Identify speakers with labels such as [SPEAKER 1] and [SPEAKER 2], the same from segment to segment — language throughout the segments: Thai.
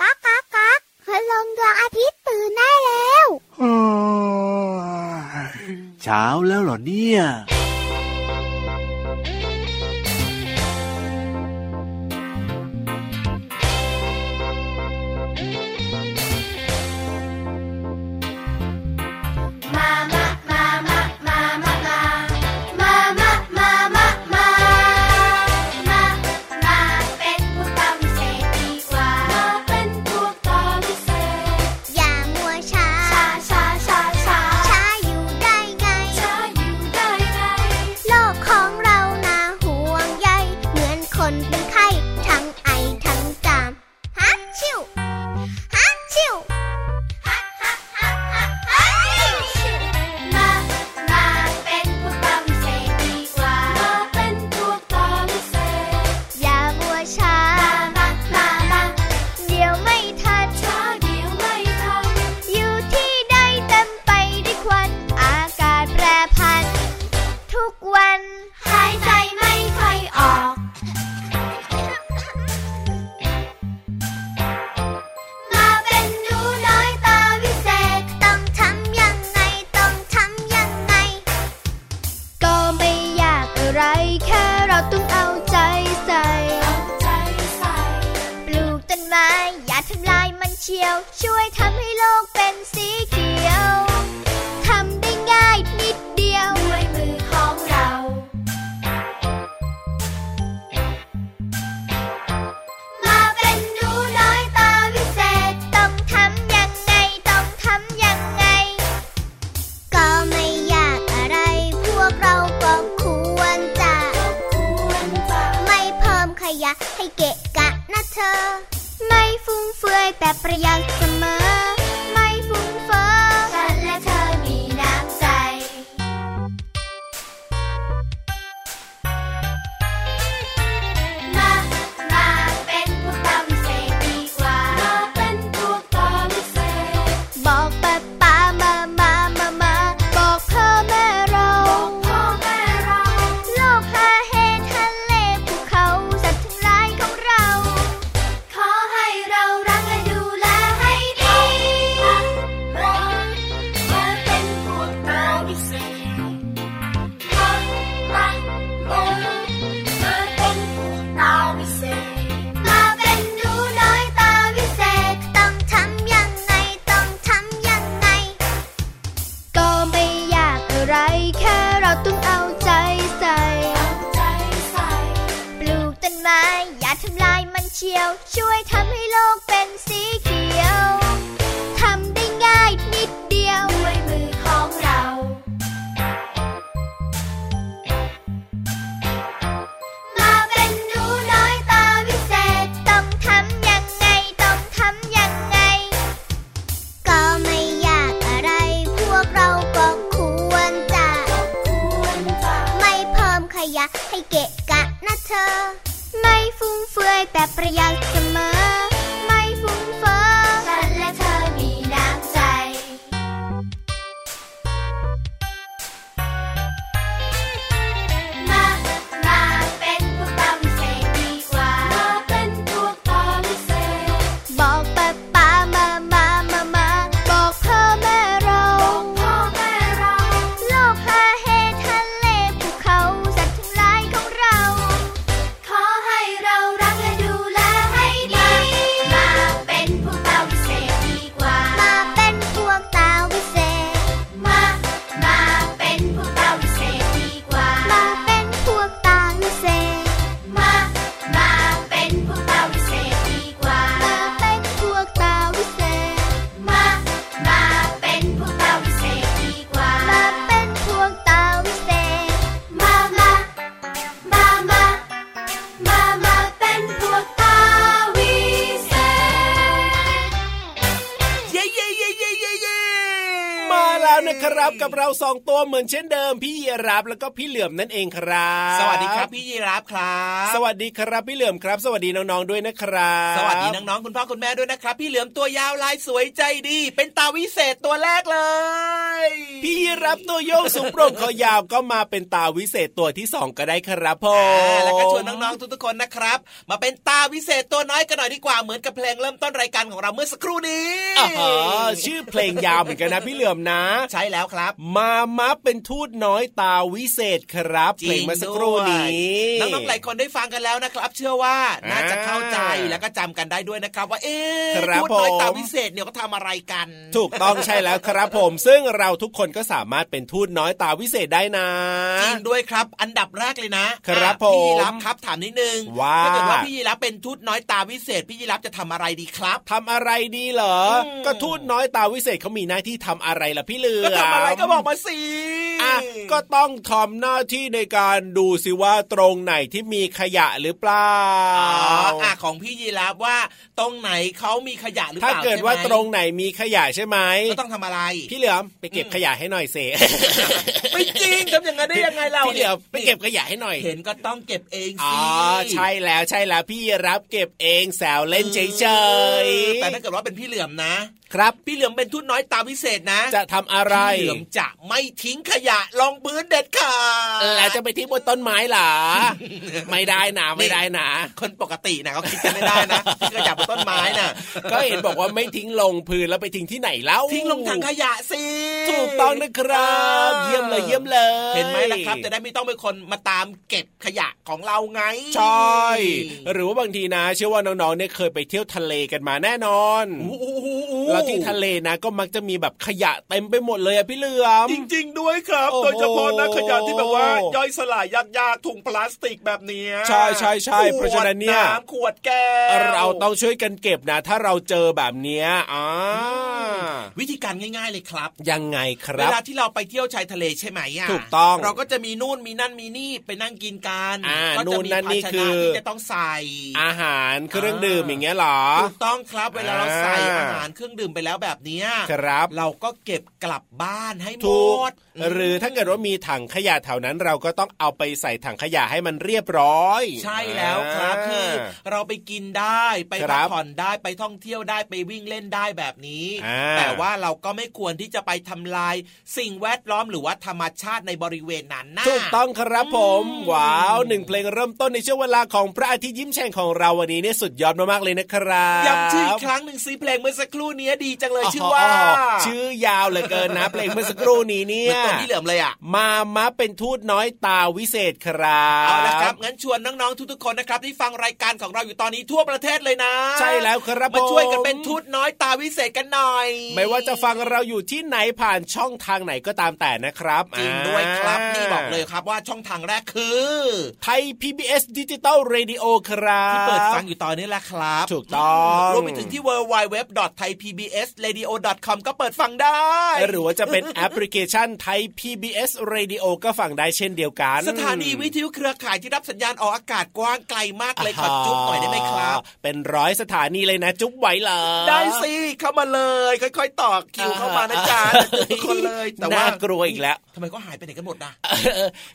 [SPEAKER 1] กักกักกักพลังดวงอาทิตย์ตื่นได้แล้ว
[SPEAKER 2] เช้าแล้วเหรอเนี่ย
[SPEAKER 1] อย่ามัวช้า ช้าอยู่ได้ไง โลกของเราน่าห่วงใยเหมือนคนเป็นไข้ทั้งไอทั้งจามฮักชิวฮักชิวฮักฮักฮักฮักฮักชิวอย่ามัวช้า เดี๋ยวไม่ทัน อยู่ที่ใดเต็มไปด้วยควัน อากาศแปรผัน ทุกวัน หายใจไม่ค่อยออก มาเป็นหนูน้อยตาวิเศษ ต้องทำยังไง ต้องทำยังไง ก็ไม่ยากอะไร แค่เราต้องเอาใจใส่ ปลูกต้นไม้ อย่าทำลายมันเชียว ช่วยทำให้โลกเป็นสีเขียว ทำได้ง่ายนิดเดียว มาเป็นหนูน้อยตาวิเศษ ต้องทำยังไง ต้องทำยังไง ก็ไม่ยากอะไร พวกเราก็ควรจะ ไม่เพิ่มขยะให้เกะกะนะเธอ ไม่ฟุ่มเฟือยแต่ประหยัดเสมอ ไม่ฟุ่มเฟ้อฉันและเธอมีน้ำใจ
[SPEAKER 3] มามาเป็นพวกเราพิเศษดีกว่า มาเป็นพวกเราพิเศษ
[SPEAKER 1] บอกป้าป้ามามามามา บอกพ่อแม่เรา
[SPEAKER 3] พ่อแม่เรา
[SPEAKER 1] โลกหาเหตุทะเลภูเขาสัตว์ทั้งหลายของเรา
[SPEAKER 3] ขอให้เรารักและดูแลให้ดีมามาเป็นพวกเราพิเศษมามามามาเป็นพวกเราพิเศษ
[SPEAKER 1] มาเป็นหนูน้อยตาวิเศษ ต้องทำยังไง ต้องทำยังไง ก็ไม่ยากอะไร แค่เราต้องเอาใจใส่
[SPEAKER 3] เอาใจใส่
[SPEAKER 1] ปลูกต้นไม้ อย่าทำลายมันเชียว ช่วยทำให้โลกเป็นสีเขียว ทำได้ง่ายนิดเดียว
[SPEAKER 3] ด้วยมือของเรา
[SPEAKER 1] มาเป็นหนูน้อยตาวิเศษ ต้องทำยังไง ต้องทำยังไง ก็ไม่ยากอะไร พวกเราก็ควรจะ
[SPEAKER 3] ควรจะ
[SPEAKER 1] ไม่เพิ่มขยะให้เกะกะนะเธอ ไม่ฟุ่มเฟือยแต่ประหยัดเสมอ ไม่ฟุ่มเฟ้อ
[SPEAKER 3] ฉันและเธอมีน้ำใจ มา มาเป็นพวกเราพิเศษดีกว่า มาเป็นพวกเราพิเศษ
[SPEAKER 1] บอกป้าป้ามามามามา บอกพ่อแม่เรา
[SPEAKER 3] พ่อแม่เรา
[SPEAKER 1] โลกหาเหตุทะเลภูเขาสัตว์ทั้งหลายของเรา
[SPEAKER 3] ขอให้เรารักและดูแลให้
[SPEAKER 4] นะครับ กับเราสองตัวเหมือนเช่นเดิม พี่ยีรับแล้วก็พี่เหลื่อมนั่นเองครับ
[SPEAKER 5] สวัสดีครับ พี่ยีรับครับ
[SPEAKER 4] สวัสดีครับพี่เหลื่อมครับ สวัสดีน้องๆด้วยนะครับ
[SPEAKER 5] สวัสดีน้องๆคุณพ่อคุณแม่ด้วยนะครับ พี่เหลือมตัวยาวลายสวยใจดี เป็นตาวิเศษตัวแรกเลย
[SPEAKER 4] พี่รับตัวโยกสูงโปร่งคอยาวก็มาเป็นตาวิเศษตัวที่สองก็ได้ครับผ
[SPEAKER 5] อ่าม แล้วก็ชวนน้องๆทุกๆคนนะครับ มาเป็นตาวิเศษตัวน้อยกันหน่อยดีกว่าเหมือนกับเพลงเริ่มต้นรายการของเราเมื่อสักครู่นี้
[SPEAKER 4] อ๋อชื่อเพลงยาวเหมือนกันนะพี่เหลื่อมนะ
[SPEAKER 5] ใช่แล้วครับ
[SPEAKER 4] มามาเป็นทูตน้อยตาวิเศษครับเพลงเมาสักครู่นี้
[SPEAKER 5] จริงด้วยน้องๆหลายคนได้ฟังกันแล้วนะครับ เชื่อว่าน่าจะเข้าใจแล้วก็จำกันได้ด้วยนะครับ ว่าเอ๊ะ
[SPEAKER 4] ครับ
[SPEAKER 5] พูดน้อย
[SPEAKER 4] ผม
[SPEAKER 5] ตาวิเศษเนี่ยเขาทำอะไรกัน
[SPEAKER 4] ถูกต้องใช่แล้วครับผม ซึ่งเราทุกคนก็สามารถเป็นทูตน้อยตาวิเศษได้นะ
[SPEAKER 5] จริงด้วยครับ อันดับแรกเลยนะครับ อ่ะพี่
[SPEAKER 4] ผม
[SPEAKER 5] ยีรับครับถามนิดนึง
[SPEAKER 4] ว่า
[SPEAKER 5] ถ้าเกิดว่าพี่ยีรับเป็นทูตน้อยตาวิเศษพี่ยีรับจะทำอะไรดีครับ
[SPEAKER 4] ทำอะไรดีเหรอ
[SPEAKER 5] อืม
[SPEAKER 4] ก็ทูตน้อยตาวิเศษเขามีหน้าที่ทำอะไรล่ะพี่เหลือม
[SPEAKER 5] ก็ทำอะไรก็บอกมาสิ
[SPEAKER 4] อ่ะก็ต้องทำหน้าที่ในการดูสิว่าตรงไหนที่มีขยะหรือเปล่า
[SPEAKER 5] อ๋ออ่ะของพี่ยีรับว่าตรงไหนเขามีขยะหรือเป
[SPEAKER 4] ถ้า
[SPEAKER 5] ล่า
[SPEAKER 4] เกิด
[SPEAKER 5] ใช่ไหม
[SPEAKER 4] ว่าตรงไหนมีขยะใช่ไหม
[SPEAKER 5] ก็ต้องทำอะไร
[SPEAKER 4] พี่ เหลือมไปเก็บขยะให้หน่อยเซ
[SPEAKER 5] ไม่จริงทำอย่างนั้นได้ยังไงเรา
[SPEAKER 4] พี่เหลือมไปเก็บขยะให้หน่อย
[SPEAKER 5] เห็นก็ต้องเก็บเอง
[SPEAKER 4] อ๋
[SPEAKER 5] สิ
[SPEAKER 4] อใช่แล้วใช่แล้วพี่รับเก็บเองแซวเล่นเฉยๆ
[SPEAKER 5] แต่ถ้าเกิดว่าเป็นพี่เหลือมนะ
[SPEAKER 4] ครับ
[SPEAKER 5] พี่เหลือมเป็นทุนน้อยตามพิเศษนะ
[SPEAKER 4] จะทำอะไร
[SPEAKER 5] พี่เหลือมจะไม่ทิ้งขยะลงพื้นเด็ดขาด
[SPEAKER 4] แล้วจะไปทิ้งบนต้นไม้ เหรอ ไม่ได้นะไม่ได้นะ
[SPEAKER 5] คนปกตินะเขาคิดกันไม่ได้นะทิ้งขยะบนต้นไม้นะ
[SPEAKER 4] ก็เห็นบอกว่าไม่ทิ้งลงพื้นแล้วไปทิ้งที่ไหนเล่า
[SPEAKER 5] ทิ้งลงถังขยะสิ
[SPEAKER 4] ถูกต้องนะครับ เยี่ยมเลยเยี่ยมเลย
[SPEAKER 5] เห็นไหมล่ะครับ จะได้ไม่ต้องเป็นคนมาตามเก็บขยะของเราไง
[SPEAKER 4] ใช่หรือว่าบางทีนะ เชื่อว่าน้องๆเนี่ยเคยไปเที่ยวทะเลกันมาแน่นอนแล้วที่ทะเลนะ ก็มักจะมีแบบขยะเต็มไปหมดเลยอะพี่เหลือม
[SPEAKER 5] จริงๆด้วยครับ
[SPEAKER 4] โอ้โห
[SPEAKER 5] โดยเฉพาะนะขยะที่แบบว่าย่อยสลายยากๆถุงพลาสติกแบบเนี้ย
[SPEAKER 4] ใช่ใช่ใช่เพราะฉะนั้นเนี่ย
[SPEAKER 5] ขวดำขวดแก้ว
[SPEAKER 4] เราต้องช่วยกันเก็บนะ ถ้าเราเจอแบบเนี้ยอ่า
[SPEAKER 5] วิธีการง่ายๆเลยครับ
[SPEAKER 4] ยังไงค
[SPEAKER 5] เว
[SPEAKER 4] รับ
[SPEAKER 5] ลาที่เราไปเที่ยวชายทะเลใช่ไหมอ่ะ
[SPEAKER 4] ถูกต้อง
[SPEAKER 5] เราก็จะมีนู่นมีนั่นมีนี่ไปนั่งกินกัน
[SPEAKER 4] อ่า
[SPEAKER 5] ก็
[SPEAKER 4] นู่
[SPEAKER 5] จะมี
[SPEAKER 4] นนั่น
[SPEAKER 5] ภา
[SPEAKER 4] นี่
[SPEAKER 5] ช
[SPEAKER 4] คื
[SPEAKER 5] นะ
[SPEAKER 4] อ
[SPEAKER 5] ที่จะต้องใส่
[SPEAKER 4] อาหารเครื่องดื่มอย่างเงี้ยเหรอ
[SPEAKER 5] ถูกต้องครับ เวลาเราใส่
[SPEAKER 4] อ่า
[SPEAKER 5] อาหารเครื่องดื่มไปแล้วแบบเนี้ย
[SPEAKER 4] ครับ
[SPEAKER 5] เราก็เก็บกลับบ้านให้หม
[SPEAKER 4] ถูก
[SPEAKER 5] ด
[SPEAKER 4] หรือถ้าเกิดว่ามีถังขยะแถวนั้นเราก็ต้องเอาไปใส่ถังขยะให้มันเรียบร้อย
[SPEAKER 5] ใช่แล้วครับคือเราไปกินได้ไป
[SPEAKER 4] ค
[SPEAKER 5] พั
[SPEAKER 4] รั
[SPEAKER 5] ก
[SPEAKER 4] บ
[SPEAKER 5] ผ่อนได้ไปท่องเที่ยวได้ไปวิ่งเล่นได้แบบนี้
[SPEAKER 4] อ่า
[SPEAKER 5] แต่ว่าเราก็ไม่ควรที่จะไปทำลายสิ่งแวดล้อมหรือว่าธรรมชาติในบริเวณนั้นนะ
[SPEAKER 4] ถูกต้องครับผม
[SPEAKER 5] อืม
[SPEAKER 4] ว้าวหนึ่งเพลงเริ่มต้นในช่วงเวลาของพระอาทิตย์ยิ้มแฉ่งของเราวันนี้เนี่ยสุดยอดมากๆเลยนะครับ
[SPEAKER 5] ย้ำชื่ออีกครั้งหนึ่งซีเพลงเมื่อสักครู่เนี้ยดีจังเลยชื่อว่า
[SPEAKER 4] ชื่อยาวเหลือเกินนะ เพลงเมื่อสักครู่นี้
[SPEAKER 5] เห
[SPEAKER 4] เนี่
[SPEAKER 5] มือน
[SPEAKER 4] ย
[SPEAKER 5] ตัวที่เหลือมเลยอ่ะ
[SPEAKER 4] มามาเป็นทูตน้อยตาวิเศษครับ
[SPEAKER 5] เอาละครับ งั้นชวนน้องๆทุกๆคนนะครับที่ฟังรายการของเราอยู่ตอนนี้ทั่วประเทศเลยนะ
[SPEAKER 4] ใช่แล้วครับ
[SPEAKER 5] มาช่วยกัน
[SPEAKER 4] ผม
[SPEAKER 5] เป็นทุดน้อยตาวิเศษกันหน่อย
[SPEAKER 4] ไม่ว่าจะฟังเราอยู่ที่ไหนผ่านช่องทางไหนก็ตามแต่นะครับ
[SPEAKER 5] จริงด้วยครับ
[SPEAKER 4] า
[SPEAKER 5] นี่บอกเลยครับว่าช่องทางแรกคือ
[SPEAKER 4] ไทย PBS ดิจิตอล Radio ครับ
[SPEAKER 5] ที่เปิดฟังอยู่ตอนนี้แหละครับ
[SPEAKER 4] ถูกต้อง
[SPEAKER 5] รวมไปถึงที่ www.thaipbsradio.com ก็เปิดฟังได้
[SPEAKER 4] หรือว่าจะเป็นแอปพลิเคชันไทย PBS Radio ก็ฟังได้เช่นเดียวกัน
[SPEAKER 5] สถานีวิทยุเครือข่ายที่รับสัญญาณออกอากาศกว้างไกลมากเลยขอจุ๊บหน่อยได้ไหมครับ
[SPEAKER 4] เป็นร้อยสถานีเลยนะ จุ๊บไหวเหรอ
[SPEAKER 5] ได้สิเข้ามาเลย ค่อยๆต่อคิวเข้ามานะจ๊ะจุ๊บทุกคนเลย แต่ว่า
[SPEAKER 4] น่ากลัวอีกแล้ว
[SPEAKER 5] ทำไมก็หายไปไหนกันหมดนะ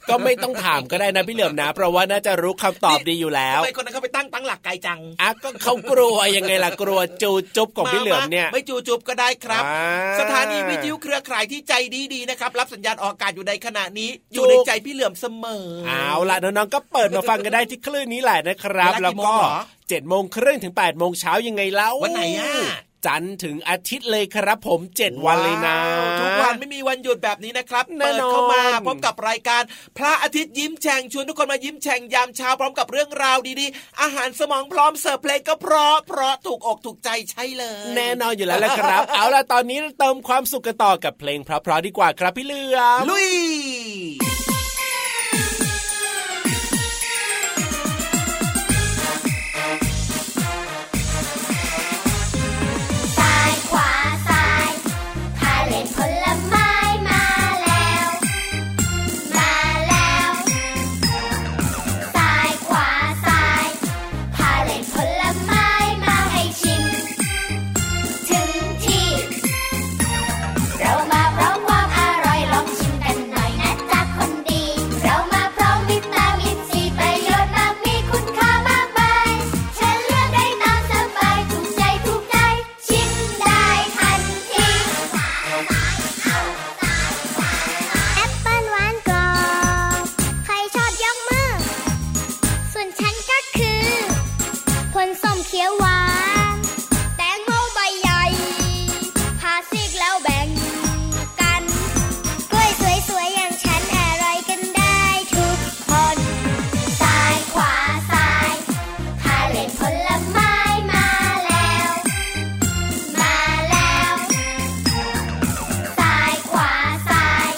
[SPEAKER 4] ก็ไม่ต้องถามก็ได้นะพี่เหลือมนะ เพราะว่าน่าจะรู้คำตอบดีอยู่แล้ว
[SPEAKER 5] ทำไมคนนั้นเขาไปตั้งตั้งหลักไกลจัง
[SPEAKER 4] อ่ะก็เขากลัวยังไงล่ะกลัวจูจุ๊บของพี่เหลือมเนี่ย
[SPEAKER 5] ไม่จูจุบก็ได้ครับ
[SPEAKER 4] อ่า
[SPEAKER 5] สถานีวิทยุเครือข่ายที่ใจดีๆนะครับ รับสัญญาณออกอากาศอยู่ในขณะนี้ อยู่ใน
[SPEAKER 4] จุ๊บ
[SPEAKER 5] ใจพี่เหลื่อมเสมอ
[SPEAKER 4] เอาล่ะน้องๆก็เปิดมาฟังกันได้ที่คลื่นนี้แหละนะครับ
[SPEAKER 5] เวลากี่
[SPEAKER 4] แล้วก็
[SPEAKER 5] โมงเหรอ
[SPEAKER 4] เจ็ดโมงครึ่งถึง8ปดโมงเช้ายังไงเล่า
[SPEAKER 5] วันไหนอะ
[SPEAKER 4] จันทร์ถึงอาทิตย์เลยครับผมเจ็ดวันเลยนะ
[SPEAKER 5] ว้าวทุกวันไม่มีวันหยุดแบบนี้นะครับ
[SPEAKER 4] แน่
[SPEAKER 5] เปิด
[SPEAKER 4] นอน
[SPEAKER 5] เข้ามาพบกับรายการพระอาทิตย์ยิ้มแฉ่งชวนทุกคนมายิ้มแฉ่งยามเช้าพร้อมกับเรื่องราวดีๆ อาหารสมองพร้อมเสิร์ฟเพลงก็เพราะเพราะถูกอกถูกใจใช่เลย
[SPEAKER 4] แน่นอนอยู่แล้วละ ครับ เอาล่ะตอนนี้เราเติมความสุขกันต่อกับเพลงเพราะๆดีกว่าครับพี่เหลือม
[SPEAKER 5] ลุย
[SPEAKER 1] ซ้ายขวาซ้ายพาเล่นผลไม้มาแล้ว มาแล้วซ้ายขวาซ้ายพาเล่นผลไม้มาให้ชิม ถึงที่ เรามาพร้อมความอ งส้มเขียวหวาน แตงโมใบใหญ่หาซีกแล้วแบ่งกัน กล้วยสวยๆอย่างฉันอร่อยกันได้ทุกคน ซ้ายขวาซ้ายพาเล่นผลไม้มาแล้ว มาแล้ว ซ้ายขวาซ้าย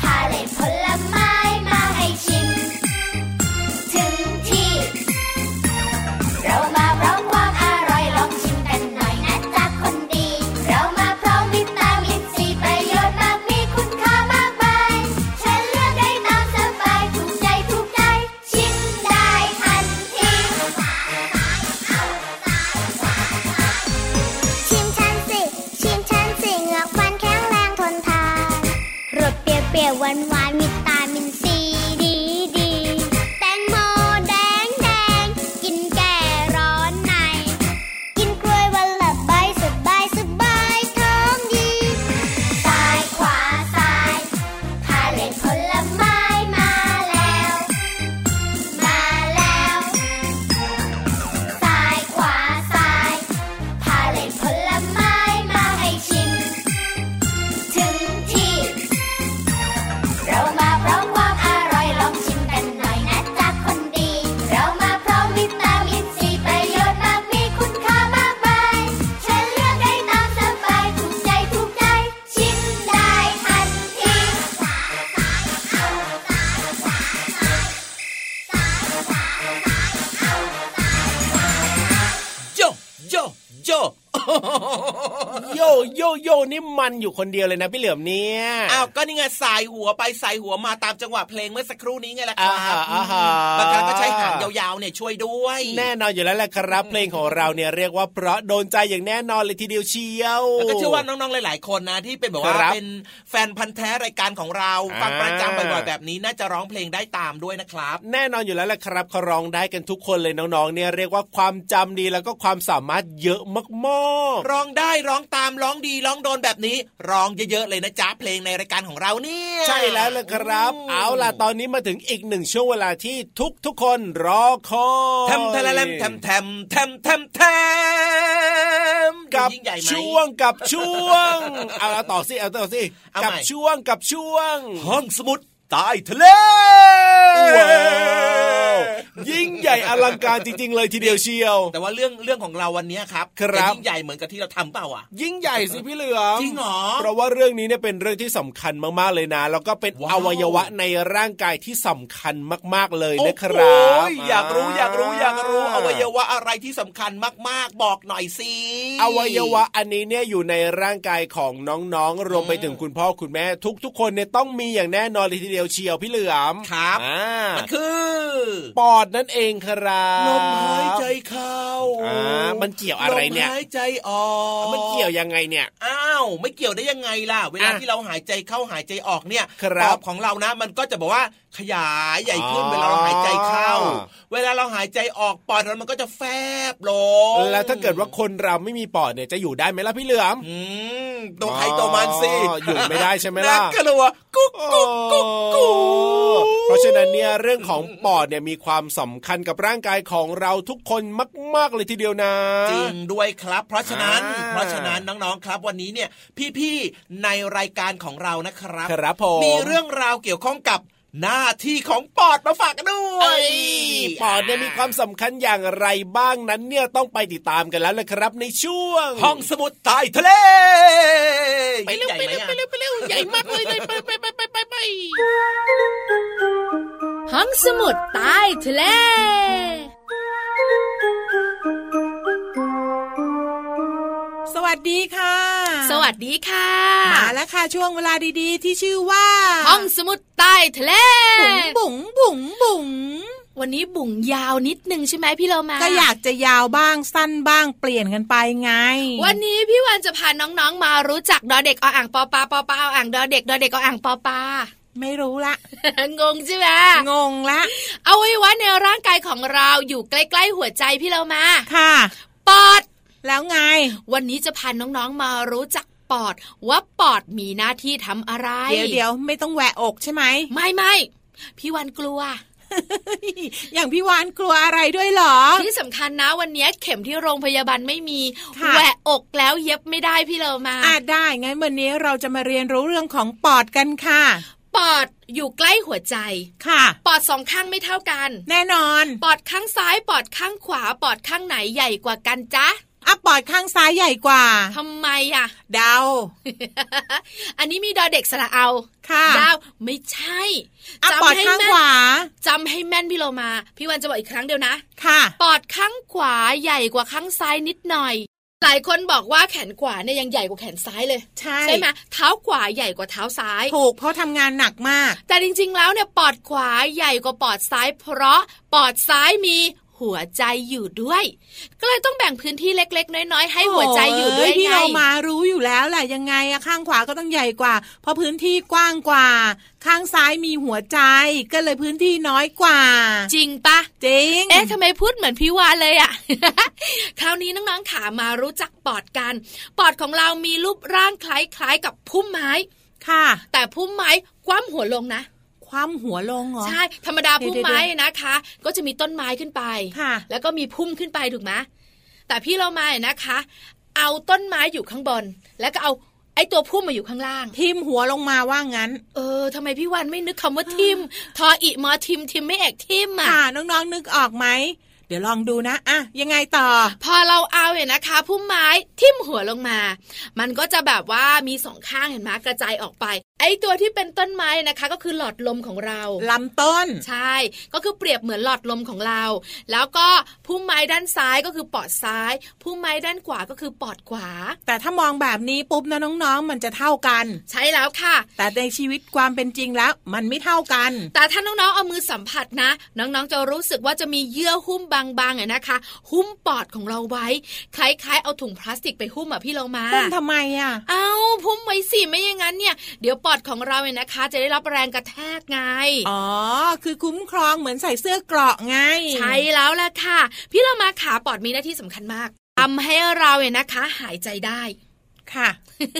[SPEAKER 1] พาเล่นผลไม้มาให้ชิม ถึงที่ เรามาพร้อมความอร่อยลองชิมกันหน่อยนะจ๊ะคนดี เรามาพร้อมวิตามินซีประโยชน์มากมีคุณค่ามากมายฉันเลือกได้ตามสบายถูกใจถูกใจชิมได้ทันทีชิมฉันสิ ชิมฉันสิเหงือกฟันแข็งแรงทนทานรสเปรี้ยวๆหวานหวานๆวิตามินซีดีดีๆแตงโมแดงแดงๆกินแก่ร้อนใน กินกล้วยวันละใบสบายสบายท้องดี ซ้ายขวาซ้ายพาเล่นผลไม้มาแล้ว มาแล้ว ซ้ายขวาซ้ายพาเล่นผลไม้มาให้ชิม ถึงที่ เรามาพร้อมความอร่อยลองชิมกันหน่อยนะจ๊ะคนดี เรามาพร้อมวิตามินซีประโยชน์มากมีคุณค่ามากมายฉันเลือกได้ตามสบายถูกใจถูกใจ ชิมได้ทันที
[SPEAKER 5] โยโยโย
[SPEAKER 4] โยโยโยนี่มันอยู่คนเดียวเลยนะพี่เหลือมเนี่ย
[SPEAKER 5] อ้าวก็นี่ไงสายหัวไปสายหัวมาตามจังหวะเพลงเมื่อสักครู่นี้ไงล่ะค
[SPEAKER 4] อ่า
[SPEAKER 5] รั
[SPEAKER 4] ฮะ
[SPEAKER 5] บ
[SPEAKER 4] อ่าฮะ
[SPEAKER 5] บางครั้งก็ใช้หางยาวๆเนี่ยช่วยด้วย
[SPEAKER 4] แน่นอนอยู่แล้วแหละครับ เพลงของเราเนี่ยเรียกว่าเพราะโดนใจอย่างแน่นอนเลยทีเดียวเชียว
[SPEAKER 5] แล้วก็เชื่อว่าน้องๆ หลาย ๆ คนนะที่เป็นแบบว่า
[SPEAKER 4] ครับ
[SPEAKER 5] เป็นแฟนพันธ์แท้รายการของเรา
[SPEAKER 4] อ่า
[SPEAKER 5] ฟังประจำบ่อยๆแบบนี้น่าจะร้องเพลงได้ตามด้วยนะครับ
[SPEAKER 4] แน่นอนอยู่แล้วแหละครับเขาร้องได้กันทุกคนเลยน้องๆ เนี่ยเรียกว่าความจำดีแล้วก็ความสามารถเยอะมาก
[SPEAKER 5] ร้องได้ร้องตามร้องดีร้องโดนแบบนี้ ร้องเยอะๆ เลยนะจ๊ะเพลงในรายการของเราเนี่ย
[SPEAKER 4] ๆ ใช่แล้วละครับ
[SPEAKER 5] ม
[SPEAKER 4] เอาล่ะตอนนี้มาถึงอีกหนึ่งช่วงเวลาที่ทุกทุกๆคนรอคอย
[SPEAKER 5] แทมแทมแทมแทมแทมแทมแทม
[SPEAKER 4] กับ
[SPEAKER 5] ดูยิ่งใหญ่ไหม
[SPEAKER 4] ช่วงกับช่วง เอาละต่อสิเอาต่อสิ
[SPEAKER 5] เอา
[SPEAKER 4] กั
[SPEAKER 5] ใหม่
[SPEAKER 4] ช่วงกับช่วง
[SPEAKER 5] ห้องสมุดใต้ทะเล
[SPEAKER 4] ว้าวยิ่งใหญ่อลังการจริง ๆ เลยทีเดียวเชียว
[SPEAKER 5] แต่ว่าเรื่องเรื่องของเราวันเนี้ยครับ
[SPEAKER 4] ครั
[SPEAKER 5] จะ
[SPEAKER 4] บ
[SPEAKER 5] ยิ่งใหญ่เหมือนกับที่เราทำเปล่าอ่ะ
[SPEAKER 4] ยิ่งใหญ่สิพี่เหลือม
[SPEAKER 5] จริงเหรอ
[SPEAKER 4] เพราะว่าเรื่องนี้เนี่ยเป็นเรื่องที่สำคัญมากๆเลยนะ แล้วก็เป็น
[SPEAKER 5] ว้าว
[SPEAKER 4] อวัยวะในร่างกายที่สำคัญมากๆเลย
[SPEAKER 5] โอ้
[SPEAKER 4] นะค
[SPEAKER 5] โห
[SPEAKER 4] รับ
[SPEAKER 5] อยากรู้อยากรู้อยากรู้อวัยวะอะไรที่สำคัญมากๆ บอกหน่อยสิ
[SPEAKER 4] อวัยวะอันนี้เนี่ยอยู่ในร่างกายของน้องๆ รวมไปถึงคุณพ่อคุณแม่ ทุกๆ คนเนี่ยต้องมีอย่างแน่นอนเลยทีเดียวเชียวพี่เหลือม
[SPEAKER 5] ครับ
[SPEAKER 4] อ่า
[SPEAKER 5] มันคือ
[SPEAKER 4] ปอดนั่นเองครับ
[SPEAKER 5] ลมหายใจเข้า
[SPEAKER 4] อ่ามันเกี่ยวอะไรเนี่ย
[SPEAKER 5] ลมหายใจออก
[SPEAKER 4] มันเกี่ยวยังไงเนี่ย
[SPEAKER 5] อ้าวไม่เกี่ยวได้ยังไงล่ะ เวลา
[SPEAKER 4] อ่ะ
[SPEAKER 5] ที่เราหายใจเข้าหายใจออกเนี่ย
[SPEAKER 4] ครับ
[SPEAKER 5] ปอดของเรานะมันก็จะบอกว่าขยายใหญ่ขึ้น
[SPEAKER 4] อ๋อ
[SPEAKER 5] เวลาเราหายใจเข้า เวลาเราหายใจออกปอดเรามันก็จะแฟบลง
[SPEAKER 4] แล้วถ้าเกิดว่าคนเราไม่มีปอดเนี่ยจะอยู่ได้ไหมล่ะพี่เหลือม
[SPEAKER 5] อืมตัวใครตัวมันสิ
[SPEAKER 4] อ๋ออยู่ไม่ได้ใช่ไหมล่ะ
[SPEAKER 5] น่ากลัวกุ๊กกุ๊กกุ๊กกุ๊ก
[SPEAKER 4] เพราะฉะนั้นเนี่ยเรื่องของปอดเนี่ยมีความสำคัญกับร่างกายของเราทุกคนมาก ๆ เลยทีเดียวนะ
[SPEAKER 5] จริงด้วยครับ เพราะฉะนั้น
[SPEAKER 4] อ่า
[SPEAKER 5] เพราะฉะนั้นน้องๆครับ วันนี้เนี่ยพี่ๆในรายการของเรานะครับ
[SPEAKER 4] ครับผม
[SPEAKER 5] มีเรื่องราวเกี่ยวข้องกับหน้าที่ของปอดมาฝากกันด้ว
[SPEAKER 4] เอ้
[SPEAKER 5] ย
[SPEAKER 4] ยปอดเนี่ยมีความสำคัญอย่างไรบ้างนั้นเนี่ยต้องไปติดตามกันแล้วนะครับ ในช่วง
[SPEAKER 5] ห้องสมุดใต้ทะเล
[SPEAKER 4] ไปเร็ว
[SPEAKER 5] ใหญ่
[SPEAKER 4] ไป
[SPEAKER 5] ไหม
[SPEAKER 4] เร็ว
[SPEAKER 5] อะ
[SPEAKER 4] ไปเร็วไปเร็วใหญ่มาก เลยเลยไปไปไปไปไปไป
[SPEAKER 6] ห้องสมุดใต้ทะเล
[SPEAKER 7] สวัสดีค่ะ
[SPEAKER 6] สวัสดีค่ะ
[SPEAKER 7] มาแล้วค่ะ ช่วงเวลาดีๆ ที่ชื่อว่า
[SPEAKER 6] ห้องสมุดใต้ทะเล
[SPEAKER 7] บุ๋งบุ๋งบุ๋ง
[SPEAKER 6] วันนี้บุ๋งยาวนิดนึงใช่ไหมพี่เรามา
[SPEAKER 7] ก็อยากจะยาวบ้างสั้นบ้างเปลี่ยนกันไปไง
[SPEAKER 6] วันนี้พี่วันจะพาน้องๆมารู้จักดอเด็กออ่างปอปาปอปาออ่างดอเด็กดอเด็กออ่างปอปา
[SPEAKER 7] ไม่รู้ละ
[SPEAKER 6] งงใช่ไหม
[SPEAKER 7] งงละ
[SPEAKER 6] เอาไว้ว่าในร่างกายของเราอยู่ใกล้ๆหัวใจพี่เรามา
[SPEAKER 7] ค่ะ
[SPEAKER 6] ปอด
[SPEAKER 7] แล้วไง
[SPEAKER 6] วันนี้จะพาน้องๆมารู้จักปอด ว่าปอดมีหน้าที่ทำอะไร
[SPEAKER 7] เดี๋ยวเดี๋ยวไม่ต้องแหวะอกใช่ไหม
[SPEAKER 6] ไม่ไม่พี่วันกลัว
[SPEAKER 7] อย่างพี่วานกลัวอะไรด้วยเหรอ
[SPEAKER 6] ที่สำคัญนะวันเนี้ยเข็มที่โรงพยาบาลไม่มี
[SPEAKER 7] ค่ะ
[SPEAKER 6] แหวะอกแล้วเย็บไม่ได้พี่เลอมา
[SPEAKER 7] อาจได้งั้นวันนี้เราจะมาเรียนรู้เรื่องของปอดกันค่ะ
[SPEAKER 6] ปอดอยู่ใกล้หัวใจ
[SPEAKER 7] ค่ะ
[SPEAKER 6] ปอดสองข้างไม่เท่ากัน
[SPEAKER 7] แน่นอน
[SPEAKER 6] ปอดข้างซ้ายปอดข้างขวา ปอดข้างไหนใหญ่กว่ากันจ๊ะ
[SPEAKER 7] อ่ะปอดข้างซ้ายใหญ่กว่า
[SPEAKER 6] ทำไมอ่ะ
[SPEAKER 7] เดา
[SPEAKER 6] อันนี้มีดอเด็กสระเอา
[SPEAKER 7] ค่ะ
[SPEAKER 6] ดาวไม่ใช่
[SPEAKER 7] อ่ะ
[SPEAKER 6] จำ
[SPEAKER 7] ปอด
[SPEAKER 6] ให้
[SPEAKER 7] ข้าง
[SPEAKER 6] แม่น
[SPEAKER 7] ขวา
[SPEAKER 6] จำให้แม่นพี่โลมา พี่วันจะบอกอีกครั้งเดียวนะ
[SPEAKER 7] ค่ะ
[SPEAKER 6] ปอดข้างขวาใหญ่กว่าข้างซ้ายนิดหน่อย หลายคนบอกว่าแขนขวาเนี่ยยังใหญ่กว่าแขนซ้ายเลย
[SPEAKER 7] ใช่
[SPEAKER 6] ใช่ไหมเท้าขวาใหญ่กว่าเท้าซ้าย
[SPEAKER 7] ถูกเพราะทำงานหนักมาก
[SPEAKER 6] แต่จริงๆ แล้วเนี่ยปอดขวาใหญ่กว่าปอดซ้าย เพราะปอดซ้ายมีหัวใจอยู่ด้วย ก็เลยต้องแบ่งพื้นที่เล็กๆ น้อยๆ ให้หัวใจอยู่ด้วย
[SPEAKER 7] โพี่
[SPEAKER 6] ไง
[SPEAKER 7] เรามารู้อยู่แล้วแหละยังไงอะข้างขวาก็ต้องใหญ่กว่า เพราะพื้นที่กว้างกว่า ข้างซ้ายมีหัวใจ ก็เลยพื้นที่น้อยกว่า
[SPEAKER 6] จริงปะ
[SPEAKER 7] จริง
[SPEAKER 6] เอ๊ะทำไมพูดเหมือนพี่วานเลยอะ คราวนี้น้องๆขามารู้จักปอดกัน ปอดของเรามีรูปร่างคล้ายๆกับพุ่มไม้
[SPEAKER 7] ค่ะ
[SPEAKER 6] แต่พุ่มไม้คว่ำหัวลงนะ
[SPEAKER 7] ความหัวลงเหรอ
[SPEAKER 6] ใช่ ธรรมดาพุ่มไม้นะคะ ก็จะมีต้นไม้ขึ้นไป
[SPEAKER 7] ค่ะ
[SPEAKER 6] แล้วก็มีพุ่มขึ้นไปถูกไหมแต่พี่เรามาเนี่ยนะคะ เอาต้นไม้อยู่ข้างบน แล้วก็เอาไอ้ตัวพุ่มมาอยู่ข้างล่าง
[SPEAKER 7] ทิมหัวลงมาว่างั้น
[SPEAKER 6] เออทำไมพี่วันไม่นึกคำว่าทิม ทออีมอทิมทิมไม่เอกทิมอ่ะ
[SPEAKER 7] ค่ะ น้องๆนึกออกไหม เดี๋ยวลองดูนะอะยังไงต่อ
[SPEAKER 6] พอเราเอาเนี่ยนะคะพุ่มไม้ทิ่มหัวลงมา มันก็จะแบบว่ามีสองข้างเห็นไหมกระจายออกไป ไอ้ตัวที่เป็นต้นไม้นะคะ ก็คือหลอดลมของเรา
[SPEAKER 7] ลำต้น
[SPEAKER 6] ใช่ ก็คือเปรียบเหมือนหลอดลมของเรา แล้วก็พุ่มไม้ด้านซ้ายก็คือปอดซ้าย พุ่มไม้ด้านขวาก็คือปอดขวา
[SPEAKER 7] แต่ถ้ามองแบบนี้ปุ๊บนะน้องๆ มันจะเท่ากัน
[SPEAKER 6] ใช่แล้วค่ะ
[SPEAKER 7] แต่ในชีวิตความเป็นจริงแล้ว มันไม่เท่ากัน
[SPEAKER 6] แต่ถ้าน้องๆ เอามือสัมผัสนะ น้องๆ จะรู้สึกว่าจะมีเยื่อหุ้มบางๆอ่ะนะคะ หุ้มปอดของเราไว้ คล้ายๆ เอาถุงพลาสติกไปหุ้มอ่ะพี่เรามา
[SPEAKER 7] พุ่มทำไมอะ
[SPEAKER 6] เอาพุ่มไว้สิไม่อย่างนั้นเนี่ย เดี๋ยวปอดของเราเนี่ยนะคะ จะได้รับแรงกระแทกไง
[SPEAKER 7] อ๋อ คือคุ้มครองเหมือนใส่เสื้อเกราะไง
[SPEAKER 6] ใช่แล้วล่ะค่ะ พี่เรามาขาปอดมีหน้าที่สำคัญมากทำให้เราเนี่ยนะคะ หายใจได้
[SPEAKER 7] ค่ะ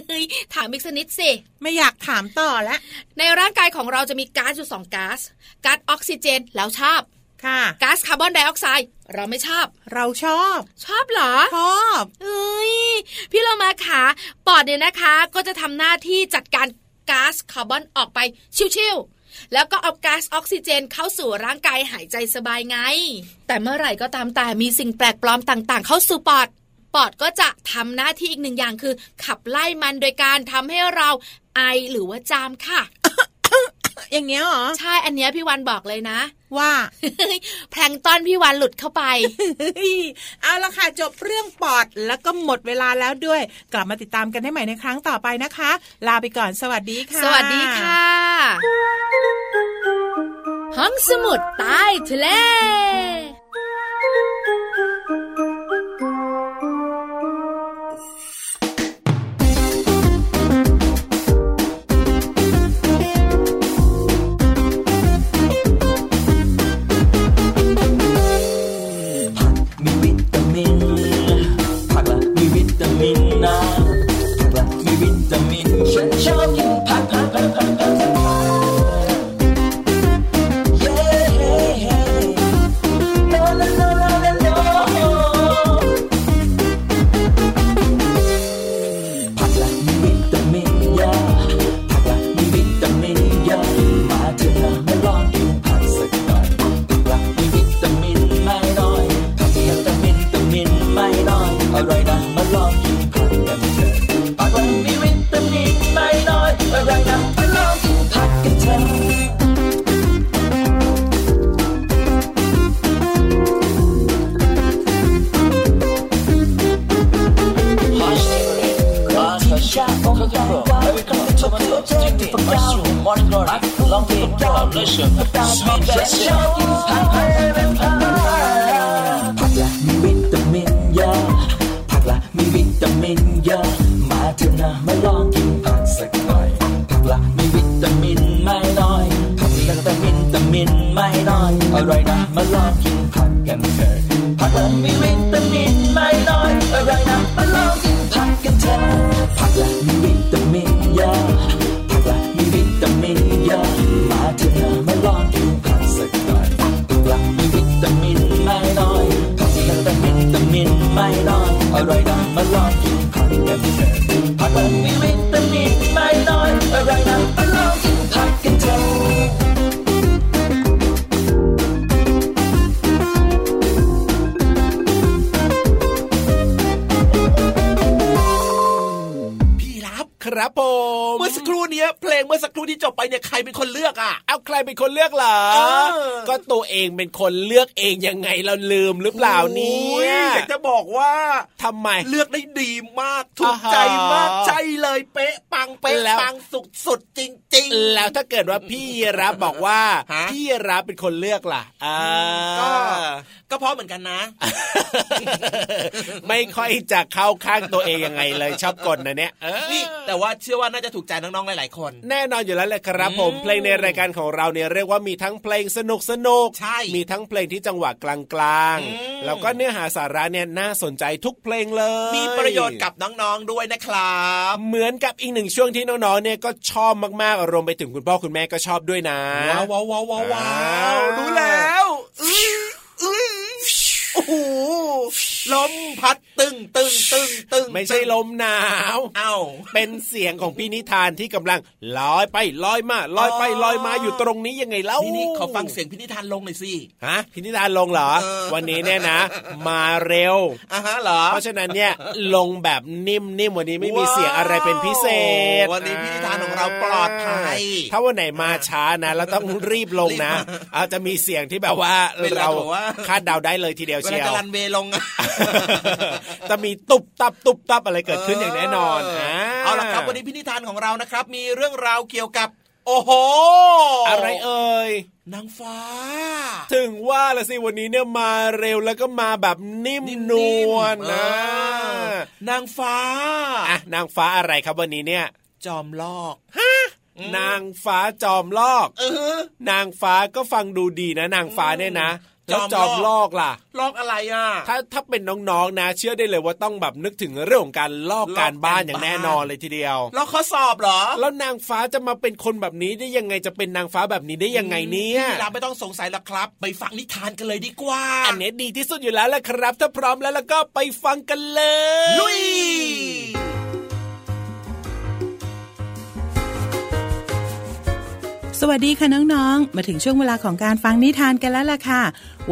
[SPEAKER 6] เฮ้ยถามอีกสกนิดสิ
[SPEAKER 7] ไม่อยากถามต่อแล้ว
[SPEAKER 6] ในร่างกายของเราจะมีก๊าซอยู่สองก๊าซก๊าซออกซิเจนเราชอบ
[SPEAKER 7] ค่ะ
[SPEAKER 6] ก๊าซคาร์บอนไดออกไซด์เราไม่ชอบ
[SPEAKER 7] เราชอบ
[SPEAKER 6] ชอบเหรอ
[SPEAKER 7] ชอบ
[SPEAKER 6] เอ้ยพี่เรามาขาปอดเนี่ยนะคะ ก็จะทำหน้าที่จัดการก๊าซคาร์บอนออกไปชิวๆแล้วก็เอาก๊าซออกซิเจนเข้าสู่ร่างกายหายใจสบายไง แต่เมื่อไหร่ก็ตามแต่มีสิ่งแปลกปลอมต่างๆ เข้าสู่ปอด ปอดก็จะทำหน้าที่อีกหนึ่งอย่างคือ ขับไล่มันโดยการทำให้เราไอหรือว่าจามค่ะ
[SPEAKER 7] อย่างเงี้ยเหรอ
[SPEAKER 6] ใช่ อันเนี้ยพี่วันบอกเลยนะ
[SPEAKER 7] ว่า
[SPEAKER 6] แพลงก์ต้อนพี่วันหลุดเข้าไป
[SPEAKER 7] เอาละค่ะ จบเรื่องปอดแล้วก็หมดเวลาแล้วด้วย กลับมาติดตามกันได้ใหม่ในครั้งต่อไปนะคะ ลาไปก่อนสวัสดีค่ะ
[SPEAKER 6] สวัสดีค่ะ ห้องสมุดใต้ทะเล
[SPEAKER 8] ผักมีวิตามิน ผักละมีวิตามินนะผักละมีวิตามิน ฉันชอบกินผักผักผักผักผักผักเย้เฮ้เฮ้ No no no no no no ผักละมีวิตามินเยอะผักละมีวิตามินเยอะมาเถอะนะมาลองกินผักสักหน่อยผักละมีวิตามินไม่น้อยผักมีวิตามินวิตามินไม่น้อยอร่อยนะมาลองกินผักกันเถอะผักละมีวิตามินไม่น้อยอร่อยนะมาลองกินผักกันเถอะ ผักละมีวิตามินเยอะผักละมีวิตามินเยอะมาเถอะนะมาลองกินผักสักหน่อยผักละมีวิตามินไม่น้อยผักมีวิตามินวิตามินไม่น้อยอร่อยนะมาลองกินผักกันเถอะผักละมีวิตามินไม่น้อยอร่อยนะมาลองกินผักกันเถอะผักละมีวิตามินเยอะผักละมีวิตามินเยอะมาเถอะนะมาลองกินผักสักหน่อย ไม่น้อยอร่อยนะมาลองกินผักกันเถอะผักมันมีวิตามินไม่น้อยอร่อยนะมาลองกินผักกันเถอะ
[SPEAKER 4] พี่รับครับผม
[SPEAKER 5] เมื่อสักครู่เนี้ยเพลงเมื่อสักครู่ที่จบไปเนี่ยใครเป็นคนเลือกอ่ะ
[SPEAKER 4] เอาใครเป็นคนเลือกเหรอ
[SPEAKER 5] เออ
[SPEAKER 4] ก็ตัวเองเป็นคนเลือกเองยังไงเราลืมหรือเปล่าเนี่
[SPEAKER 5] โอ้
[SPEAKER 4] ย
[SPEAKER 5] อยากจะบอกว่า
[SPEAKER 4] ทำไม
[SPEAKER 5] เลือกได้ดีมากถูก
[SPEAKER 4] อ่าฮะ
[SPEAKER 5] ใจมากใช่เลยเป๊ะปังเป๊ะ
[SPEAKER 4] แล้ว
[SPEAKER 5] ปังสุดสุดๆจริง
[SPEAKER 4] แล้วถ้าเกิดว่าพี่รับบอกว่า
[SPEAKER 5] ฮะ
[SPEAKER 4] พี่รับเป็นคนเลือกล่ะอ่า
[SPEAKER 5] ก็ก็เพราะเหมือนกันนะ
[SPEAKER 4] ไม่ค่อยจะเข้าข้างตัวเองยังไงเลยชอบกดนะเนี่ยเออ
[SPEAKER 5] นี่แต่ว่าเชื่อว่าน่าจะถูกใจน้องๆหลายๆคน
[SPEAKER 4] แน่นอนอยู่แล้วแหละครับผม
[SPEAKER 5] อืม
[SPEAKER 4] เพลงในรายการของเราเนี่ยเรียกว่ามีทั้งเพลงสนุกสนุก
[SPEAKER 5] ใช่
[SPEAKER 4] มีทั้งเพลงที่จังหวะกลาง
[SPEAKER 5] อืม
[SPEAKER 4] ๆ แล้วก็เนื้อหาสาระเนี่ยน่าสนใจทุกเพลงเลย
[SPEAKER 5] มีประโยชน์กับน้องๆด้วยนะครับ
[SPEAKER 4] เหมือนกับอีกหนึ่งช่วงที่น้องๆ เนี่ยก็ชอบมากๆ รวมไปถึงคุณพ่อคุณแม่ก็ชอบด้วยนะ
[SPEAKER 5] ว้าวว้าวว้าวว้าวว้าว
[SPEAKER 4] อ่า
[SPEAKER 5] รู้แล้วอื้ออื้อโอ้โหลมพัดตึงตึงตึงตึง
[SPEAKER 4] ไม่ใช่ลมหนาว
[SPEAKER 5] เอ้า
[SPEAKER 4] เป็นเสียงของพี่นิทานที่กำลังลอยไปลอยมาลอยไป
[SPEAKER 5] อ๋อ
[SPEAKER 4] ลอยมาอยู่ตรงนี้ยังไงเล่า
[SPEAKER 5] นี่นี่ขอฟังเสียงพินิธานลงหน่อยสิ
[SPEAKER 4] ฮะพี่นิทานลงเหรอ
[SPEAKER 5] เออ
[SPEAKER 4] วันนี้เนี่ยนะ มาเร็ว
[SPEAKER 5] อ่ะฮะเหรอ
[SPEAKER 4] เพราะฉะนั้นเนี่ยลงแบบนิ่มๆวันนี้ไม่มีเสียงอะไรเป็นพิเศษ
[SPEAKER 5] วันนี้พินิธานของเราปลอดภัย
[SPEAKER 4] ถ้าวันไหนมาช้านะแล้วต้องรีบลงนะ
[SPEAKER 5] รีบมา
[SPEAKER 4] อาจจะมีเสียงที่แบบว่า
[SPEAKER 5] เป็น
[SPEAKER 4] เรา
[SPEAKER 5] เราแบบว่า
[SPEAKER 4] คาดเดาได้เลยทีเดียว
[SPEAKER 5] เว
[SPEAKER 4] เชี
[SPEAKER 5] ลา
[SPEAKER 4] ยว
[SPEAKER 5] จะรันเวย์ลงอะ
[SPEAKER 4] จะมีตุบตับตุบตับอะไรเกิดขึ้นอย่างแน่นอน
[SPEAKER 5] เอา เอาละครับวันนี้พินิธานของเรานะครับ มีเรื่องราวเกี่ยวกับ โอ้โห
[SPEAKER 4] อะไรเอ่ย
[SPEAKER 5] นางฟ้า
[SPEAKER 4] ถึงว่าละสิวันนี้เนี่ยมาเร็วแล้วก็มาแบบนิ่ม
[SPEAKER 5] นิ่ม
[SPEAKER 4] นวล
[SPEAKER 5] เอ
[SPEAKER 4] นะ
[SPEAKER 5] อนางฟ้า
[SPEAKER 4] อ่ะนางฟ้าอะไรครับวันนี้เนี่ย
[SPEAKER 5] จอมลอก
[SPEAKER 4] นางฟ้าจอมลอก
[SPEAKER 5] เออ
[SPEAKER 4] นางฟ้าก็ฟังดูดีนะ นางฟ้าเนี่ยนะ
[SPEAKER 5] อืม
[SPEAKER 4] แล้วจ
[SPEAKER 5] จ
[SPEAKER 4] อ
[SPEAKER 5] อ
[SPEAKER 4] ม
[SPEAKER 5] ม
[SPEAKER 4] ล
[SPEAKER 5] ล
[SPEAKER 4] อ
[SPEAKER 5] อก ก
[SPEAKER 4] ล่ะ
[SPEAKER 5] ลอกอะไรอ่ะ
[SPEAKER 4] ถ้าถ้าเป็นน้องๆนะ เชื่อได้เลยว่าต้องแบบนึกถึงเรื่องของการลอก
[SPEAKER 5] ลอก
[SPEAKER 4] การบ้าน
[SPEAKER 5] การ
[SPEAKER 4] อย่าง
[SPEAKER 5] บ้าน
[SPEAKER 4] แน่นอนเลยทีเดียว
[SPEAKER 5] ลอกข้อสอบเหรอ
[SPEAKER 4] แล้วนางฟ้าจะมาเป็นคนแบบนี้ได้ยังไงจะเป็นนางฟ้าแบบนี้ได้ยังไงเนี่ย
[SPEAKER 5] พี่รับไม่ต้องสงสัยหรอกครับ ไปฟังนิทานกันเลยดีกว่า
[SPEAKER 4] อันเนี้ยดีที่สุดอยู่แล้วแหละครับ ถ้าพร้อมแล้วแล้วก็ไปฟังกันเลย
[SPEAKER 5] ลุย
[SPEAKER 7] สวัสดีค่ะน้องๆ มาถึงช่วงเวลาของการฟังนิทานกันแล้วล่ะค่ะ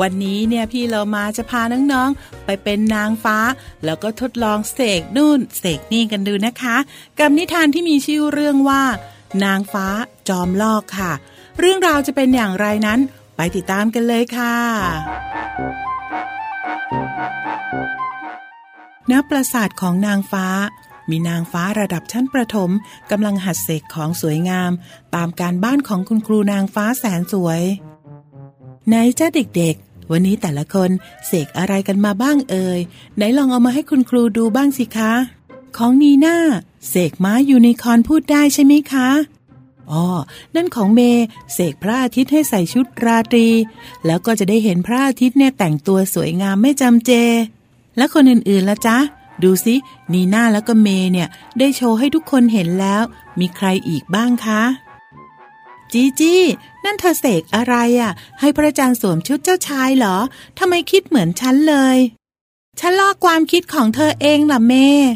[SPEAKER 7] วันนี้เนี่ยพี่เรามาจะพาน้องๆ ไปเป็นนางฟ้า แล้วก็ทดลองเสกนู่นเสกนี่กันดูนะคะ กับนิทานที่มีชื่อเรื่องว่า นางฟ้าจอมลอกค่ะ เรื่องราวจะเป็นอย่างไรนั้นไปติดตามกันเลยค่ะ ณปราสาทของนางฟ้า มีนางฟ้าระดับชั้นประถมกำลังหัดเสกของสวยงาม ตามการบ้านของคุณครูนางฟ้าแสนสวย ไหนจ้าเด็กๆ วันนี้แต่ละคนเสกอะไรกันมาบ้างเอ่ยไหนลองเอามาให้คุณครูดูบ้างสิคะ ของนีน่าเสกม้ายูนิคอร์นพูดได้ใช่ไหมคะ อ๋อ นั่นของเมย์เสกพระอาทิตย์ให้ใส่ชุดราตรี แล้วก็จะได้เห็นพระอาทิตย์เนี่ยแต่งตัวสวยงามไม่จำเจ และคนอื่นๆล่ะจ๊ะ ดูสินีน่าแล้วก็เมย์เนี่ย ได้โชว์ให้ทุกคนเห็นแล้ว มีใครอีกบ้างคะ จีจี้นั่นเธอเสกอะไรอะ่ะ ให้พระอาจารย์สวมชุดเจ้าชายเหรอทำไมคิดเหมือนฉันเลย ฉันลอกความคิดของเธอเองล่ะเมย์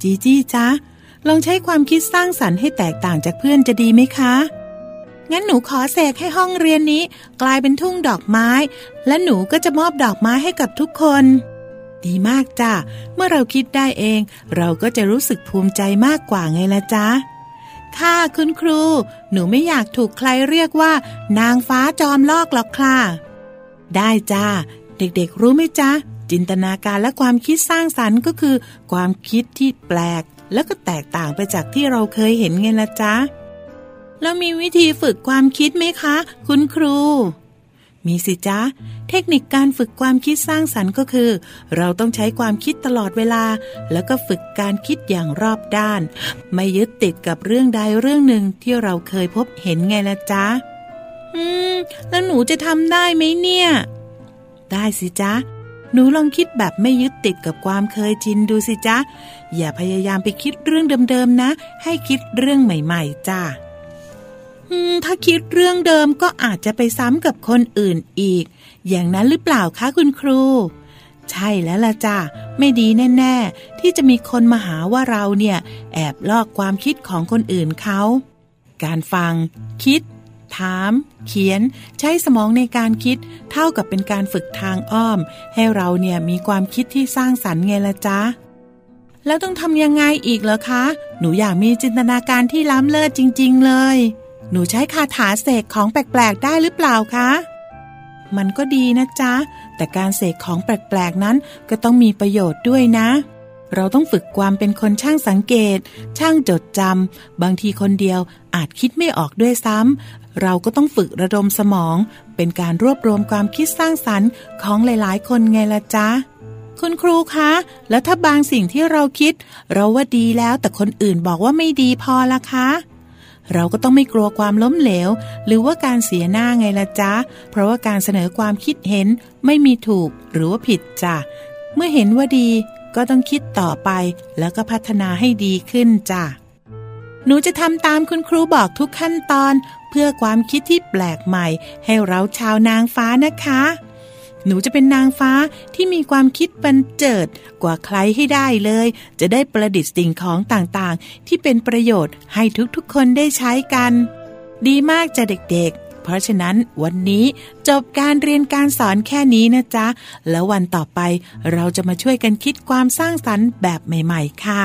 [SPEAKER 7] จีจี้จ๊ะ ลองใช้ความคิดสร้างสรรค์ให้แตกต่างจากเพื่อนจะดีไหมคะ งั้นหนูขอเสกให้ห้องเรียนนี้ กลายเป็นทุ่งดอกไม้ และหนูก็จะมอบดอกไม้ให้กับทุกคน ดีมากจ้ะ เมื่อเราคิดได้เอง เราก็จะรู้สึกภูมิใจมากกว่าไงละจ๊ะ ค่ะคุณครู หนูไม่อยากถูกใครเรียกว่า นางฟ้าจอมลอกหรอกค่ะ ได้จ้า เด็กๆ รู้ไหมจ๊ะ จินตนาการและความคิดสร้างสรรค์ก็คือ ความคิดที่แปลก แล้วก็แตกต่างไปจากที่เราเคยเห็นไงละจ๊ะ แล้วมีวิธีฝึกความคิดไหมคะ คุณครู มีสิจ๊ะ เทคนิคการฝึกความคิดสร้างสรรค์ก็คือ เราต้องใช้ความคิดตลอดเวลา แล้วก็ฝึกการคิดอย่างรอบด้าน ไม่ยึดติดกับเรื่องใดเรื่องหนึ่งที่เราเคยพบเห็นไงละจ๊ะ อืม แล้วหนูจะทำได้ไหมเนี่ย ได้สิจ๊ะ หนูลองคิดแบบไม่ยึดติดกับความเคยชินดูสิจ๊ะ อย่าพยายามไปคิดเรื่องเดิมๆนะ ให้คิดเรื่องใหม่ๆจ้ะ อืม ถ้าคิดเรื่องเดิมก็อาจจะไปซ้ำกับคนอื่นอีก อย่างนั้นหรือเปล่าคะคุณครู ใช่แล้วล่ะจ้ะไม่ดีแน่ ๆ ที่จะมีคนมาหาว่าเราเนี่ย แอบลอกความคิดของคนอื่นเขา การฟัง คิด ถาม เขียน ใช้สมองในการคิด เท่ากับเป็นการฝึกทางอ้อม ให้เราเนี่ยมีความคิดที่สร้างสรรค์ไงล่ะจ๊ะ แล้วต้องทำยังไงอีกเหรอคะ หนูอยากมีจินตนาการที่ล้ำเลิศจริง ๆ เลย หนูใช้คาถาเสกของแปลก ๆ ได้หรือเปล่าคะ มันก็ดีนะจ๊ะ แต่การเสกของแปลกๆนั้นก็ต้องมีประโยชน์ด้วยนะ เราต้องฝึกความเป็นคนช่างสังเกต ช่างจดจำ บางทีคนเดียวอาจคิดไม่ออกด้วยซ้ำ เราก็ต้องฝึกระดมสมอง เป็นการรวบรวมความคิดสร้างสรรค์ของหลายๆ คนไงละจ๊ะ คุณครูคะ แล้วถ้าบางสิ่งที่เราคิด เราว่าดีแล้วแต่คนอื่นบอกว่าไม่ดีพอละคะ เราก็ต้องไม่กลัวความล้มเหลว หรือว่าการเสียหน้าไงละจ๊ะ เพราะว่าการเสนอความคิดเห็นไม่มีถูกหรือว่าผิดจ้ะ เมื่อเห็นว่าดีก็ต้องคิดต่อไป แล้วก็พัฒนาให้ดีขึ้นจ้ะ หนูจะทำตามคุณครูบอกทุกขั้นตอน เพื่อความคิดที่แปลกใหม่ ให้เราชาวนางฟ้านะคะ หนูจะเป็นนางฟ้าที่มีความคิดบันเจิดกว่าใครให้ได้เลย จะได้ประดิษฐ์สิ่งของต่างๆ ที่เป็นประโยชน์ให้ทุกๆ คนได้ใช้กัน ดีมากจ้ะเด็กๆ เพราะฉะนั้นวันนี้จบการเรียนการสอนแค่นี้นะจ๊ะ แล้ววันต่อไปเราจะมาช่วยกันคิดความสร้างสรรค์แบบใหม่ ๆ ค่ะ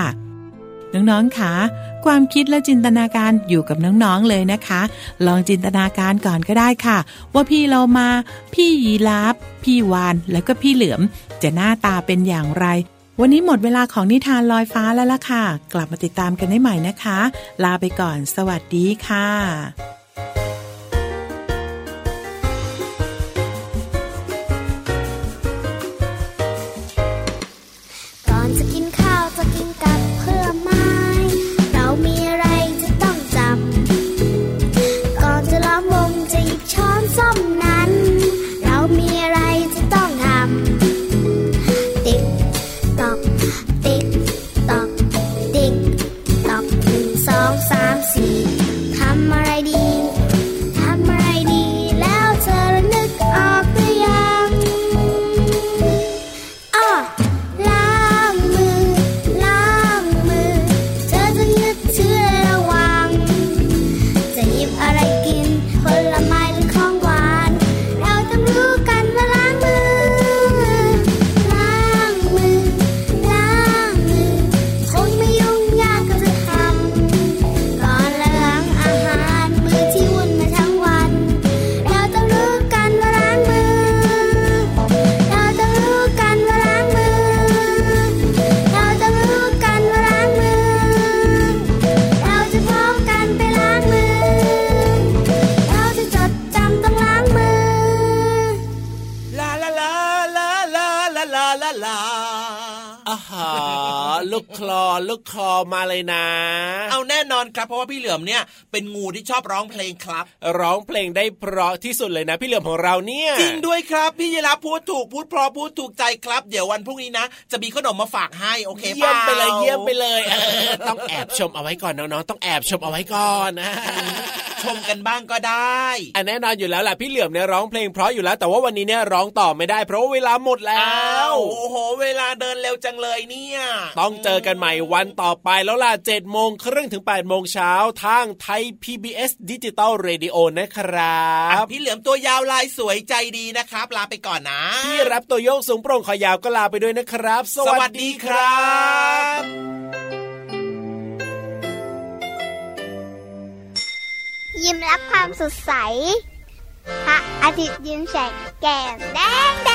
[SPEAKER 7] น้องๆค่ะ ความคิดและจินตนาการอยู่กับน้องๆเลยนะคะ ลองจินตนาการก่อนก็ได้ค่ะ ว่าพี่เรามา พี่ยีราฟพี่วาน แล้วก็พี่เหลือม จะหน้าตาเป็นอย่างไร วันนี้หมดเวลาของนิทานลอยฟ้าแล้วล่ะค่ะ กลับมาติดตามกันได้ใหม่นะคะ ลาไปก่อน สวัสดีค่ะ
[SPEAKER 1] ก่อนจะกินข้าวจะกินกับเพื่อไม้ เรามีอะไรจะต้องจำ ก่อนจะล้อมวงจะหยิบช้อนส้อมนั้น เรามีอะไรจะต้องทำ ติ๊กตอก ติ๊กตอก ติ๊กตอกหนึ่งสองสามสี่ทำอะไรดี ทำอะไรดี แล้วเธอระนึกออกหรือยัง อ้อล้างมือ ล้างมือ เธอต้องยึดถือระวัง จะหยิบอะไรกิน ผลไม้หรือของหวาน เราต้องรู้กันว่าล้างมือ ล้างมือ ล้างมือ คงไม่ยุ่งยากก็จะทำ ก่อนล้างอาหารมือที่วุ่นมาทั้งวัน เราต้องรู้กันว่าล้างมือ เราต้องรู้กันว่าล้างมือ เราต้องรู้กันว่าล้างมือ เราจะพร้อมกันไปล้างมือ เราจะจดจำต้องล้างมือ
[SPEAKER 5] ลาลาลาลาลาลาลาลาลา
[SPEAKER 4] อาหาลูกคลอลูกคลอมาเลยนะ
[SPEAKER 5] เอาแน่นอนครับเพราะว่าพี่เหลือมเนี่ยเป็นงูที่ชอบร้องเพลงครับ
[SPEAKER 4] ร้องเพลงได้เพราะที่สุดเลยนะ พี่เหลือมของเราเนี่ย
[SPEAKER 5] จริงด้วยครับพี่ยีรับพูดถูกพูดเพราะพูดถูกใจครับ เดี๋ยววันพรุ่งนี้นะ จะมีขนมมาฝากให้โอเค
[SPEAKER 4] เยี่ยมไปเลย
[SPEAKER 5] า
[SPEAKER 4] เยี่ยมไปเลยเออต้องแอบชมเอาไว้ก่อนน้องๆต้องแอบชมเอาไว้ก่อนนะ
[SPEAKER 5] ชมกันบ้างก็ได้
[SPEAKER 4] อันแน่นอนอยู่แล้วแหละพี่เหลือมเนี่ยร้องเพลงเพราะอยู่แล้ว แต่ว่าวันนี้เนี่ยร้องต่อไม่ได้ เพราะว่าเวลาหมดแล้
[SPEAKER 5] อ้าว
[SPEAKER 4] ว
[SPEAKER 5] โอ้โห เวลาเดินเร็วจังเลยเนี่ย
[SPEAKER 4] ต้องเจอกันใหม่วันต่อไปแล้วล่ะ7จ็ดโมงครึ่งถึง8ปดโมงเช้าทางไทย PBS ดิจิตอลเรดิโอนะครับ
[SPEAKER 5] พี่เหลือมตัวยาวลายสวยใจดีนะครับ ลาไปก่อนนะ
[SPEAKER 4] พี่รับตัวโยกสูงโปร่งคอยาวก็ลาไปด้วยนะครับ ส
[SPEAKER 5] ส
[SPEAKER 4] วั
[SPEAKER 5] วั
[SPEAKER 4] ส
[SPEAKER 5] ส
[SPEAKER 4] ดี
[SPEAKER 5] ดีค
[SPEAKER 4] ครั
[SPEAKER 5] รับ บ
[SPEAKER 1] ยิ้มรับความสดใส พระอาทิตย์ยิ้มแฉกแก้มแดงแด